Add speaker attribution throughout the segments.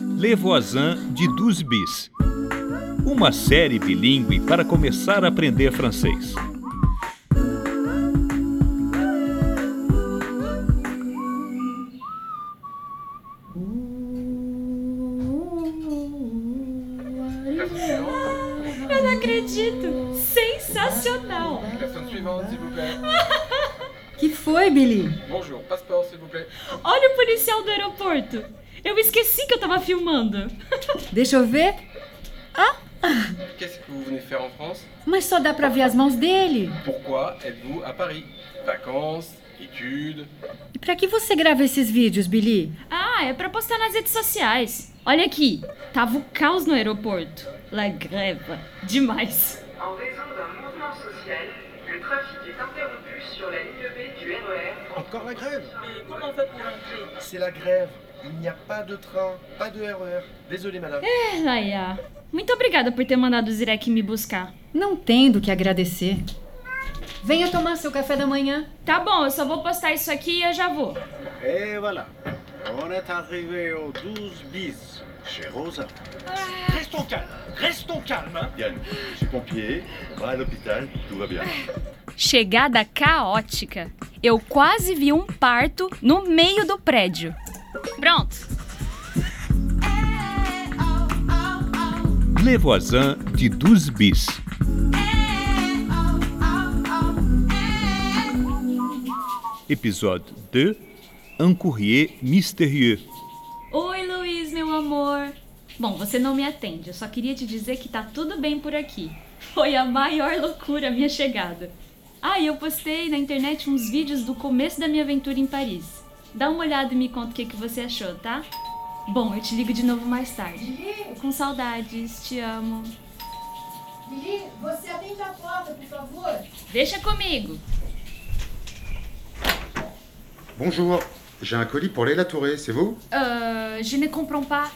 Speaker 1: Levoisin de Douze Bis. Uma série bilíngue para começar a aprender francês.
Speaker 2: Eu não acredito! Sensacional!
Speaker 3: Personne suivante, s'il vous plaît.
Speaker 4: Que foi, Billy?
Speaker 3: Bonjour, passeport, s'il vous plaît.
Speaker 2: Olha o policial do aeroporto! Eu esqueci que eu tava filmando!
Speaker 4: Deixa eu ver.
Speaker 3: Qu'est-ce que vous venez faire en France
Speaker 4: Mas só dá pra ver as mãos dele.
Speaker 3: Pourquoi êtes-vous à Paris Vacances, études
Speaker 4: E pra que você grava esses vídeos, Billy?
Speaker 2: Ah, é pra postar nas redes sociais. Olha aqui, tava o caos no aeroporto. La grève. Demais.
Speaker 5: En raison d'un mouvement social, le trafic est interrompu sur la ligne B du E RER.
Speaker 6: Encore la grève
Speaker 5: Mais comment ça pour un pied
Speaker 6: C'est la grève. Il n'y a pas de train, pas de RER. Désolé, madame.
Speaker 2: É, Laia. Muito obrigada por ter mandado o Zirek me buscar.
Speaker 4: Não tem do que agradecer. Venha tomar seu café da manhã.
Speaker 2: Tá bom, eu só vou postar isso aqui e eu já vou.
Speaker 7: Et voilà, on est arrivé au 12 bis chez Rosa.
Speaker 8: Restons calmes, restons calmes. hein.
Speaker 9: Yann, je suis pompier, on va à l'hôpital, tout va bien.
Speaker 2: Chegada caótica. Eu quase vi um parto no meio do prédio. Pronto.
Speaker 1: Levoisin de Douze Bis. Épisode 2 Un courrier mystérieux.
Speaker 2: Oi, Luiz, meu amor. Bom, você não me atende. Eu só queria te dizer que tá tudo bem por aqui. Foi a maior loucura a minha chegada. Ah, e eu postei na internet uns vídeos do começo da minha aventura em Paris. Dá uma olhada e me conta o que, que você achou, tá? Bom, eu te ligo de novo mais tarde. Com saudades, te amo.
Speaker 10: Lili, você atende a porta, por favor.
Speaker 2: Deixa comigo.
Speaker 11: Bonjour, j'ai un colis pour Leila Touré, c'est vous
Speaker 2: Euh, je ne comprends pas.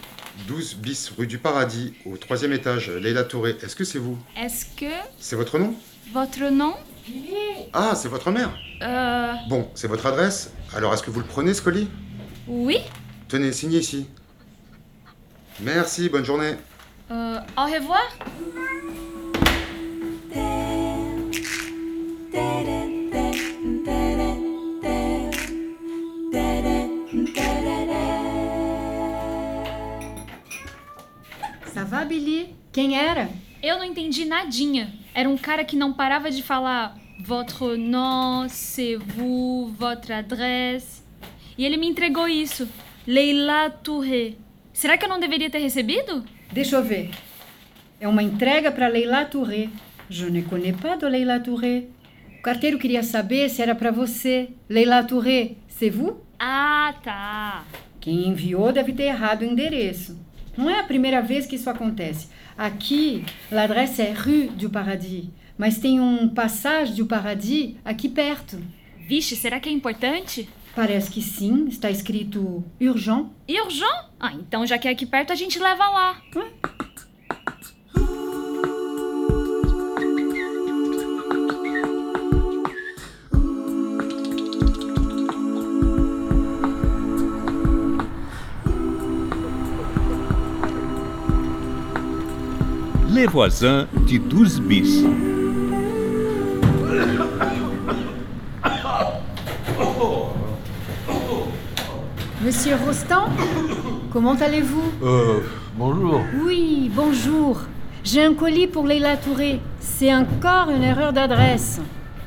Speaker 11: 12 bis rue du Paradis, au troisième étage, Leila Touré, est-ce que c'est vous
Speaker 2: Est-ce que
Speaker 11: C'est votre nom
Speaker 2: votre nom?
Speaker 11: Ah, c'est votre mère
Speaker 2: Euh,
Speaker 11: Bon, c'est votre adresse Alors est-ce que vous le prenez ce colis
Speaker 2: oui?
Speaker 11: Tenez, signez ici. Merci, bonne journée.
Speaker 2: Euh, au revoir?
Speaker 4: Ça va, Billy? Quem era?
Speaker 2: Eu não entendi nadinha. Era um cara que não parava de falar votre nom, c'est vous, votre adresse. E ele me entregou isso. Leila Touré. Será que eu não deveria ter recebido?
Speaker 4: Deixa eu ver. É uma entrega para Leila Touré. Je ne connais pas de Leila Touré. O carteiro queria saber se era para você. Leila Touré, c'est vous?
Speaker 2: Ah, tá.
Speaker 4: Quem enviou deve ter errado o endereço. Não é a primeira vez que isso acontece. Aqui, l'adresse é Rue du Paradis, mas tem um Passage du Paradis aqui perto.
Speaker 2: Vixe, será que é importante?
Speaker 4: Parece que sim, está escrito Urgent.
Speaker 2: E o João? Ah, então já que é aqui perto, a gente leva lá.
Speaker 1: Levoisin de Douze Bis.
Speaker 4: Monsieur Rostand, comment allez-vous
Speaker 12: Euh, bonjour.
Speaker 4: Oui, bonjour. J'ai un colis pour Leila Touré. C'est encore une erreur d'adresse.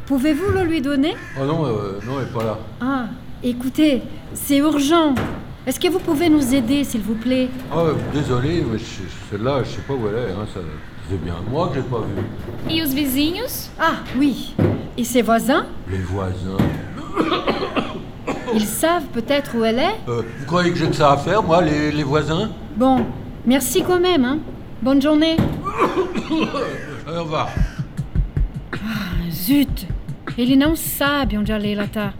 Speaker 4: Pouvez-vous le lui donner
Speaker 12: Oh non, euh, non, elle est pas là.
Speaker 4: Ah, écoutez, c'est urgent. Est-ce que vous pouvez nous aider, s'il vous plaît
Speaker 12: Ah, euh, désolé, mais je- celle-là, je sais pas où elle est. hein, ça- c'est bien moi que j'ai pas vu.
Speaker 2: E os vizinhos?
Speaker 4: Ah, oui. Et ses voisins
Speaker 12: Les voisins.
Speaker 4: Ils savent peut-être où elle est
Speaker 12: Euh, vous croyez que j'ai que ça à faire, moi, les, les voisins
Speaker 4: Bon, merci quand même. hein. Bonne journée.
Speaker 12: Allez, Au revoir.
Speaker 4: Ah, Zut Ele não sabe onde a Leila tá.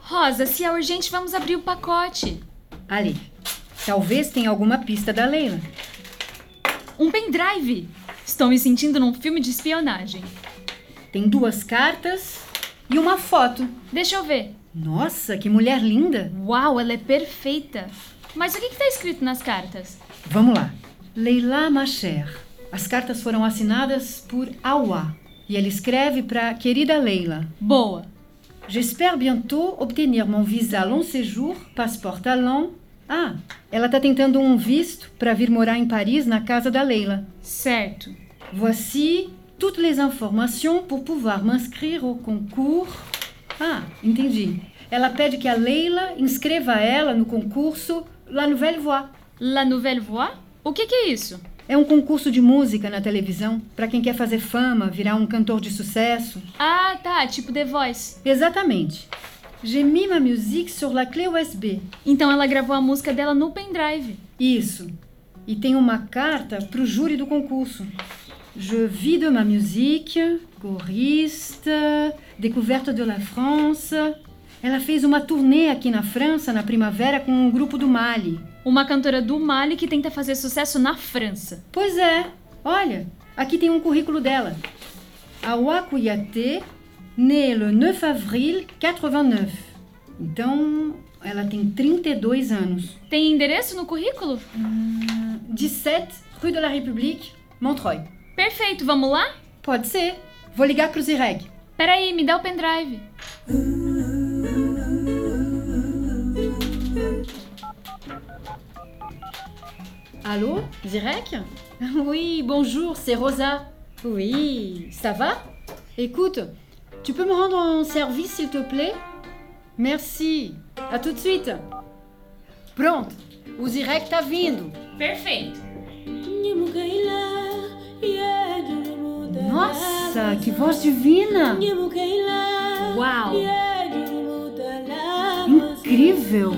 Speaker 2: Rosa, se é urgente, vamos abrir o pacote.
Speaker 4: Ali. Talvez tenha alguma pista da Leila.
Speaker 2: Um pendrive! Estou me sentindo num filme de espionagem.
Speaker 4: Tem duas cartas e uma foto.
Speaker 2: Deixa eu ver.
Speaker 4: Nossa, que mulher linda!
Speaker 2: Uau, ela é perfeita! Mas o que está escrito nas cartas?
Speaker 4: Vamos lá. Leila Macher. As cartas foram assinadas por Awa e ela escreve para querida Leila.
Speaker 2: Boa.
Speaker 4: J'espère bientôt obtenir mon visa long séjour, passeport talent. Ah, ela está tentando um visto para vir morar em Paris na casa da Leila.
Speaker 2: Certo.
Speaker 4: Voici toutes les informations pour pouvoir m'inscrire au concours. Ah, entendi. Ela pede que a Leila inscreva ela no concurso La Nouvelle Voix.
Speaker 2: La Nouvelle Voix? O que, que é isso?
Speaker 4: É um concurso de música na televisão para quem quer fazer fama, virar um cantor de sucesso.
Speaker 2: Ah, tá, tipo The Voice.
Speaker 4: Exatamente. J'ai mis ma musique sur la clé USB.
Speaker 2: Então ela gravou a música dela no pendrive.
Speaker 4: Isso. E tem uma carta pro júri do concurso. Je vis de ma musique, choriste, découverte de la France. Ela fez uma turnê aqui na França na primavera com um grupo do Mali.
Speaker 2: Uma cantora do Mali que tenta fazer sucesso na França.
Speaker 4: Pois é. Olha, aqui tem um currículo dela. Awa Kouyaté, née le 9 avril 89. Então, ela tem 32 anos.
Speaker 2: Tem endereço no currículo?
Speaker 4: Hum, 17, Rue de la République, Montreuil.
Speaker 2: Perfeito, vamos lá?
Speaker 4: Pode ser. Vou ligar pro Zireg.
Speaker 2: Peraí, me dá o pendrive.
Speaker 4: Allô, Zirek Oui, bonjour, c'est Rosa. Oui, ça va Écoute, tu peux me rendre en service, s'il te plaît Merci. À tout de suite. Pronto, o Zirek tá vindo.
Speaker 2: Perfeito.
Speaker 4: Nossa, que voz divina!
Speaker 2: Uau!
Speaker 4: Incrível!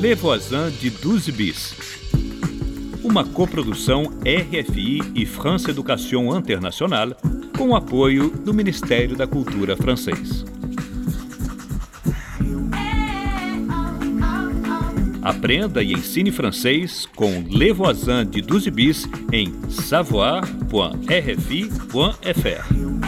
Speaker 1: Le Voisin de 12 Bis. Uma coprodução RFI e France Education International com o apoio do Ministério da Cultura francês. Aprenda e ensine francês com Le Voisin de 12 Bis em savoir.rfi.fr.